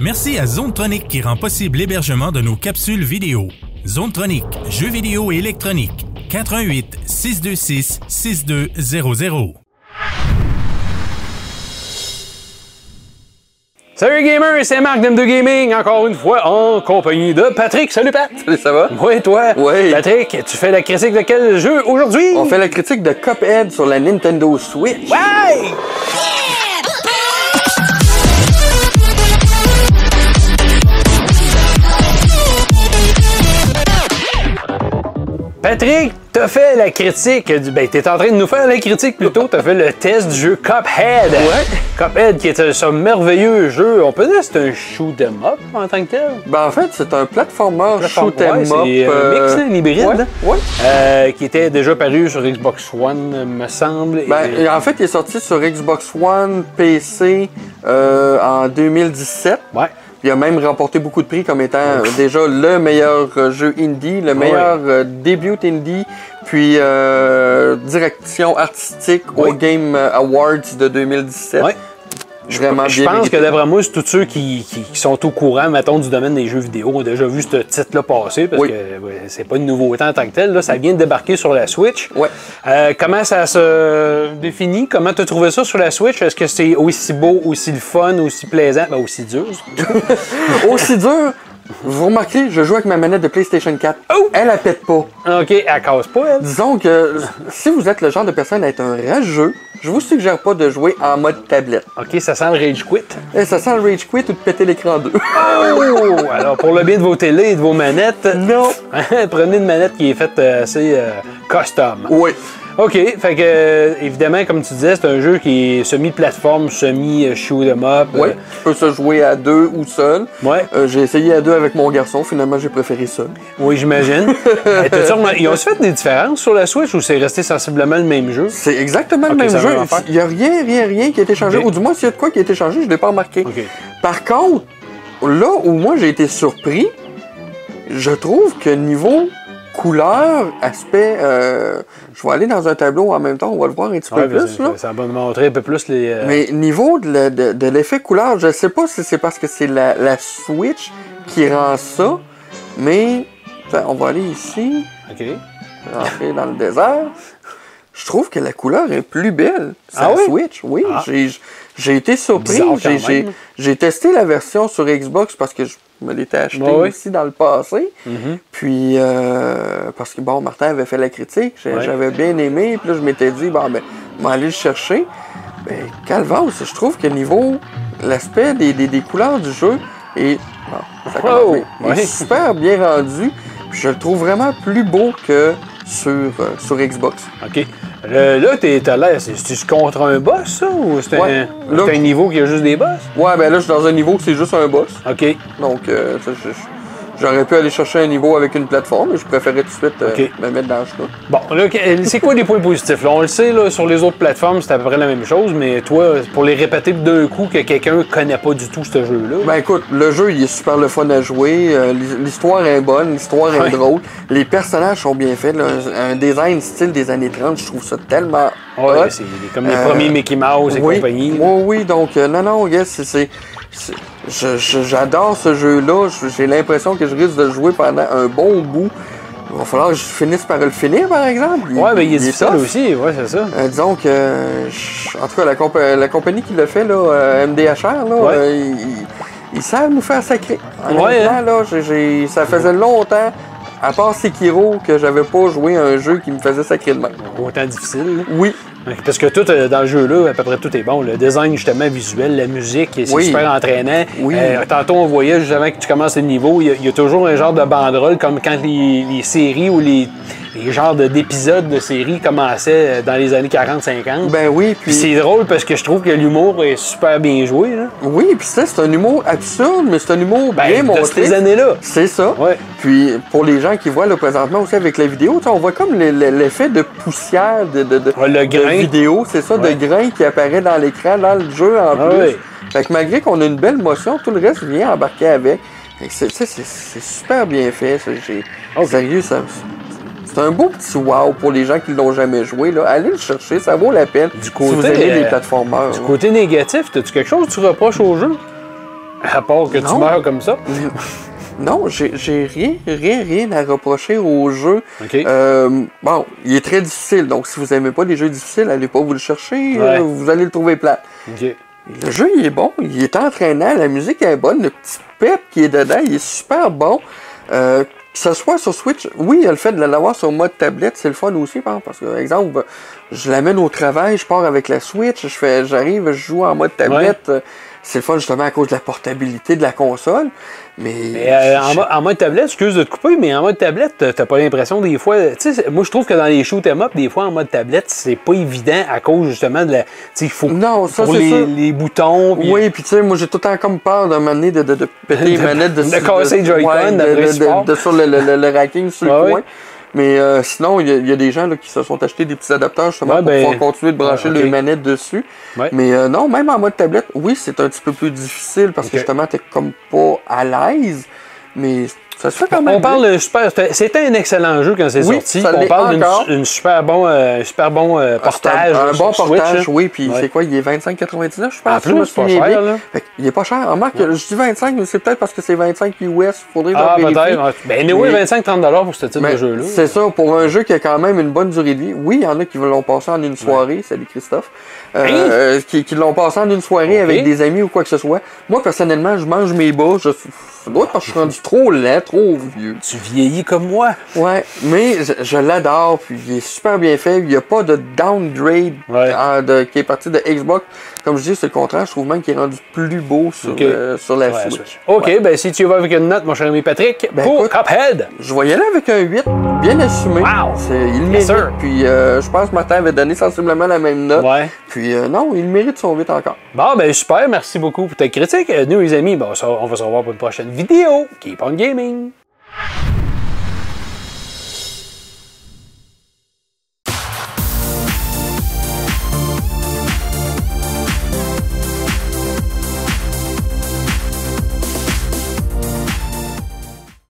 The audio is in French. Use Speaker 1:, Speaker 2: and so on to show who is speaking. Speaker 1: Merci à Zone Tronic qui rend possible l'hébergement de nos capsules vidéo. Zone Tronic, jeux vidéo et électronique. 88 626 6200.
Speaker 2: Salut les gamers, c'est Marc d'M2 Gaming, encore une fois en compagnie de Patrick. Salut Pat!
Speaker 3: Salut, ça va?
Speaker 2: Oui, toi?
Speaker 3: Oui.
Speaker 2: Patrick, tu fais la critique de quel jeu aujourd'hui?
Speaker 3: On fait la critique de Cuphead sur la Nintendo Switch.
Speaker 2: Ouais! Patrick, t'as fait la critique du. Ben, t'es en train de nous faire la critique plutôt. T'as fait le test du jeu Cuphead.
Speaker 3: Ouais.
Speaker 2: Cuphead, qui est ce merveilleux jeu. On peut dire que c'est un shoot 'em up en tant que tel.
Speaker 3: Ben, en fait, c'est un platformer shoot 'em
Speaker 2: Ouais,
Speaker 3: up.
Speaker 2: c'est, euh,
Speaker 3: euh,
Speaker 2: mix, hein, un hybride.
Speaker 3: ouais, ouais.
Speaker 2: Euh, qui était déjà paru sur Xbox One, me semble. et-
Speaker 3: Ben, et en fait, il est sorti sur Xbox One, PC euh, en 2017.
Speaker 2: ouais.
Speaker 3: Il a même remporté beaucoup de prix comme étant euh, déjà le meilleur euh, jeu indie, le meilleur euh, début indie, puis euh, direction artistique au
Speaker 2: Oui.
Speaker 3: Game euh, Awards de 2017.
Speaker 2: Ouais.
Speaker 3: Vraiment
Speaker 2: Je
Speaker 3: bien
Speaker 2: pense
Speaker 3: mérité.
Speaker 2: que d'après moi, c'est tous ceux qui, qui- qui sont au courant, mettons, du domaine des jeux vidéo ont déjà vu ce titre-là passer parce
Speaker 3: Oui.
Speaker 2: que ouais, c'est pas une nouveauté en tant que telle. Là, ça vient de débarquer sur la Switch.
Speaker 3: Ouais.
Speaker 2: Euh, comment ça se définit? Comment tu as trouvé ça sur la Switch? Est-ce que c'est aussi beau, aussi le fun, aussi plaisant? Ben, aussi dur.
Speaker 3: Aussi dur, vous remarquez, je joue avec ma manette de PlayStation 4.
Speaker 2: Oh!
Speaker 3: Elle la pète pas.
Speaker 2: OK, elle casse pas, elle.
Speaker 3: Disons que si vous êtes le genre de personne à être un rageux, je vous suggère pas de jouer en mode tablette.
Speaker 2: OK, ça sent le rage quit.
Speaker 3: Et ça sent le rage quit ou de péter l'écran en deux.
Speaker 2: Oh! Alors, pour le bien de vos télés et de vos manettes,
Speaker 3: Non.
Speaker 2: prenez une manette qui est faite euh, assez euh, custom.
Speaker 3: oui.
Speaker 2: OK, fait que euh, évidemment, comme tu disais, c'est un jeu qui est semi-plateforme, semi-shoot 'em up.
Speaker 3: Oui, tu peux se jouer à deux ou seul.
Speaker 2: Euh. Ouais.
Speaker 3: Euh, j'ai essayé à deux avec mon garçon, finalement j'ai préféré seul.
Speaker 2: Euh, oui, j'imagine. Euh, t'as-tu remarqué- Ils ont fait des différences sur la Switch ou c'est resté sensiblement le même jeu?
Speaker 3: C'est exactement
Speaker 2: Ok,
Speaker 3: le
Speaker 2: c'est
Speaker 3: même
Speaker 2: la
Speaker 3: jeu.
Speaker 2: même affaire.
Speaker 3: Il n'y a rien, rien, rien qui a été changé.
Speaker 2: Ok.
Speaker 3: Ou du moins, s'il y a de quoi qui a été changé, je ne l'ai pas remarqué.
Speaker 2: Ok.
Speaker 3: Par contre, là où moi j'ai été surpris, je trouve que niveau couleur, aspect, euh, je vais aller dans un tableau en même temps, on va le voir un petit
Speaker 2: Ouais,
Speaker 3: peu
Speaker 2: ben,
Speaker 3: plus.
Speaker 2: ça-
Speaker 3: Là.
Speaker 2: Ça va nous montrer un peu plus les. euh,
Speaker 3: Mais niveau de, la- de- de l'effet couleur, je sais pas si c'est parce que c'est la, la Switch qui rend ça, mais Attends, on va aller ici,
Speaker 2: OK.
Speaker 3: rentrer dans le désert. Je trouve que la couleur est plus belle sur
Speaker 2: Ah
Speaker 3: la
Speaker 2: oui?
Speaker 3: Switch. Oui,
Speaker 2: Ah.
Speaker 3: j'ai- j'ai été surpris.
Speaker 2: Bizarre quand
Speaker 3: J'ai-
Speaker 2: même.
Speaker 3: J'ai j'ai testé la version sur Xbox parce que je me l'étais acheté
Speaker 2: Ouais, ouais.
Speaker 3: aussi dans le passé.
Speaker 2: Mhm.
Speaker 3: Puis, euh, parce que bon, Martin avait fait la critique, j'ai-
Speaker 2: Ouais.
Speaker 3: j'avais bien aimé, puis là, je m'étais dit, bon, ben, on va aller le chercher. Ben, Calvance, je trouve que niveau, l'aspect des, des- des couleurs du jeu est, bon, ça commence,
Speaker 2: Oh!
Speaker 3: mais il est
Speaker 2: Ouais.
Speaker 3: super bien rendu, puis je le trouve vraiment plus beau que sur, euh, sur Xbox.
Speaker 2: OK. Le- là, t'es t'as l'air. C'est c'est-tu contre un boss, ça? Ou c'est
Speaker 3: Ouais.
Speaker 2: un,
Speaker 3: Là-
Speaker 2: c'est un niveau qui a juste des boss?
Speaker 3: Ouais, ben là, je suis dans un niveau où c'est juste un boss,
Speaker 2: OK.
Speaker 3: donc euh, ça, je- je- j'aurais pu aller chercher un niveau avec une plateforme, mais je préférais tout de suite euh,
Speaker 2: Ok.
Speaker 3: me mettre dans le chemin.
Speaker 2: Bon, là, que- euh, c'est quoi les points positifs? Là, on le sait, là, sur les autres plateformes, c'est à peu près la même chose, mais toi, pour les répéter d'un coup que quelqu'un connaît pas du tout ce jeu-là.
Speaker 3: Ben écoute, le jeu il est super le fun à jouer, euh, l'hi- l'histoire est bonne, l'histoire est
Speaker 2: Ouais.
Speaker 3: drôle, les personnages sont bien faits, là, un, un design style des années 30, je trouve ça tellement
Speaker 2: Ouais,
Speaker 3: hot.
Speaker 2: mais c'est comme les
Speaker 3: Euh,
Speaker 2: premiers Mickey Mouse et
Speaker 3: oui,
Speaker 2: compagnie.
Speaker 3: Oui, oui, donc euh, non, non, yes, c'est- c'est. c'est- je- je- J'adore ce jeu-là, Je- j'ai l'impression que je risque de le jouer pendant un bon bout. Il va falloir que je finisse par le finir, par exemple.
Speaker 2: Ouais, mais il est difficile
Speaker 3: tough.
Speaker 2: aussi, ouais, c'est ça.
Speaker 3: Euh, disons que, euh, je- en tout cas, la, compa- la compagnie qui le fait, là, euh, MDHR, là,
Speaker 2: Ouais.
Speaker 3: euh, ils, ils savent nous faire sacrer. En
Speaker 2: Ouais, hein.
Speaker 3: même temps, là, j'ai- j'ai- ça faisait longtemps, à part Sekiro, que j'avais pas joué à un jeu qui me faisait sacrer de même.
Speaker 2: Autant difficile. là.
Speaker 3: Oui,
Speaker 2: Parce que tout euh, dans le jeu-là, à peu près tout est bon. Le design, justement, visuel, la musique, c'est
Speaker 3: Oui.
Speaker 2: super entraînant. Euh,
Speaker 3: Oui.
Speaker 2: tantôt, on voyait, juste avant que tu commences le niveau, il y, a- il y a toujours un genre de banderole, comme quand les, les séries ou les, les genres de- d'épisodes de séries commençaient euh, dans les années 40-50.
Speaker 3: ben oui,
Speaker 2: Puis
Speaker 3: puis,
Speaker 2: c'est drôle parce que je trouve que l'humour est super bien joué. Là.
Speaker 3: oui, puis ça, c'est un humour absurde, mais c'est un humour bien
Speaker 2: Ben, de
Speaker 3: montré.
Speaker 2: ces années-là.
Speaker 3: C'est ça.
Speaker 2: Ouais.
Speaker 3: Puis pour les gens qui voient là, présentement aussi avec la vidéo, tu sais, on voit comme le- le- l'effet de poussière de, de, de-
Speaker 2: Ouais, le
Speaker 3: de
Speaker 2: grain.
Speaker 3: vidéo, c'est ça,
Speaker 2: Ouais.
Speaker 3: de grain qui apparaît dans l'écran, dans le jeu en
Speaker 2: Ah
Speaker 3: plus.
Speaker 2: ouais.
Speaker 3: Fait que malgré qu'on a une belle motion, tout le reste vient embarquer avec. Fait que c'est- tu sais, C'est c'est super bien fait. ça, j'ai-
Speaker 2: Ok.
Speaker 3: Sérieux, ça. C'est un beau petit wow pour les gens qui l'ont jamais joué. Là. Allez le chercher, ça vaut la peine.
Speaker 2: Du
Speaker 3: si vous
Speaker 2: côté,
Speaker 3: aimez les
Speaker 2: euh,
Speaker 3: plateformers.
Speaker 2: Du
Speaker 3: là.
Speaker 2: côté négatif, as-tu quelque chose que tu reproches au jeu? à part que tu
Speaker 3: Non.
Speaker 2: meurs comme ça.
Speaker 3: Non, j'ai j'ai rien, rien, rien à reprocher au jeu.
Speaker 2: OK.
Speaker 3: Euh, bon, il est très difficile, donc si vous aimez pas les jeux difficiles, allez pas vous le chercher,
Speaker 2: Ouais.
Speaker 3: euh, vous allez le trouver plat.
Speaker 2: OK.
Speaker 3: Le jeu, il est bon, il est entraînant, la musique est bonne, le petit pep qui est dedans, il est super bon. Euh, que ce soit sur Switch, oui, il y a le fait de l'avoir sur mode tablette, c'est le fun aussi, par exemple, parce que, par exemple, ben, je l'amène au travail, je pars avec la Switch, je fais, j'arrive, je joue en mode tablette. Euh, C'est le fun justement à cause de la portabilité de la console, mais...
Speaker 2: Mais, euh, en, mo- en mode tablette, excuse de te couper, mais en mode tablette, t'as- t'as pas l'impression des fois. Tu sais, c'est- moi je trouve que dans les shoot 'em up, des fois en mode tablette, c'est pas évident à cause justement de la. Tu sais, il faut
Speaker 3: Non, ça,
Speaker 2: pour
Speaker 3: c'est
Speaker 2: les,
Speaker 3: sûr.
Speaker 2: les boutons. puis-
Speaker 3: Oui, puis tu sais, moi j'ai tout le temps comme peur de m'amener de, de, de péter les
Speaker 2: De-
Speaker 3: manettes, de,
Speaker 2: de casser les Joy-Con
Speaker 3: ouais, de-
Speaker 2: d'après Ah
Speaker 3: de- de-
Speaker 2: support.
Speaker 3: de- sur le, le- le- le racking sur
Speaker 2: Ouais,
Speaker 3: le
Speaker 2: ouais.
Speaker 3: coin. Mais euh, sinon, il y, a- il y a des gens là, qui se sont achetés des petits adapteurs justement
Speaker 2: Ouais,
Speaker 3: pour
Speaker 2: ben,
Speaker 3: pouvoir continuer de brancher
Speaker 2: ouais,
Speaker 3: les
Speaker 2: ok.
Speaker 3: manettes dessus.
Speaker 2: Ouais.
Speaker 3: Mais euh, non, même en mode tablette, oui, c'est un petit peu plus difficile parce
Speaker 2: Ok.
Speaker 3: que justement, t'es comme pas à l'aise. Mais ça se fait quand même.
Speaker 2: On parle d'un super. c'était- C'était un excellent jeu quand c'est
Speaker 3: Oui,
Speaker 2: sorti.
Speaker 3: ça
Speaker 2: On
Speaker 3: l'est
Speaker 2: parle d'une
Speaker 3: encore.
Speaker 2: une super bon, euh, un super bon euh,
Speaker 3: bien.
Speaker 2: portage.
Speaker 3: Ah, un
Speaker 2: là,
Speaker 3: bon
Speaker 2: sur
Speaker 3: portage,
Speaker 2: Switch, hein.
Speaker 3: oui, puis
Speaker 2: Ouais.
Speaker 3: c'est quoi, il est 25,99 je pense.
Speaker 2: En
Speaker 3: je me
Speaker 2: plus, c'est pas
Speaker 3: souviens bien.
Speaker 2: cher, là.
Speaker 3: Fait qu'il est pas cher. Remarque, je dis 25, mais c'est peut-être parce que c'est 25 US. Faudrait que
Speaker 2: Ah,
Speaker 3: j'en vérifie.
Speaker 2: peut-être. Ben, anyway,
Speaker 3: Mais-
Speaker 2: 25-30$ pour ce type
Speaker 3: Mais
Speaker 2: de jeu-là.
Speaker 3: C'est ça, pour un jeu qui a quand même une bonne durée de vie. Oui, il y en a qui l'ont passé en une soirée, salut Christophe, Euh,
Speaker 2: Hein?
Speaker 3: euh, qui, qui l'ont passé en une soirée
Speaker 2: Ok.
Speaker 3: avec des amis ou quoi que ce soit. Moi, personnellement, je mange mes bas, je suis- ça doit être parce que je suis rendu trop laid, trop vieux.
Speaker 2: Tu vieillis comme moi.
Speaker 3: Ouais, mais je, je l'adore, puis il est super bien fait. Il n'y a pas de downgrade
Speaker 2: Ouais.
Speaker 3: en- de- qui est parti de Xbox. Comme je dis, c'est le contraire, je trouve même qu'il est rendu plus beau sur,
Speaker 2: Ok.
Speaker 3: euh, sur la
Speaker 2: Ouais,
Speaker 3: Switch.
Speaker 2: Switch. OK, ben si tu y vas avec une note, mon cher ami Patrick,
Speaker 3: Ben,
Speaker 2: pour
Speaker 3: écoute-
Speaker 2: Cuphead.
Speaker 3: Je voyais là avec un 8, bien assumé.
Speaker 2: Wow!
Speaker 3: C'est- Il le
Speaker 2: Yes,
Speaker 3: mérite.
Speaker 2: sir.
Speaker 3: Puis euh, je pense que Martin avait donné sensiblement la même note.
Speaker 2: Ouais.
Speaker 3: Puis euh, non, il mérite son 8 encore.
Speaker 2: Bon, ben super, merci beaucoup pour ta critique. Euh, Nous, les amis, ben, on se- on va se revoir pour une prochaine vidéo. Keep on gaming.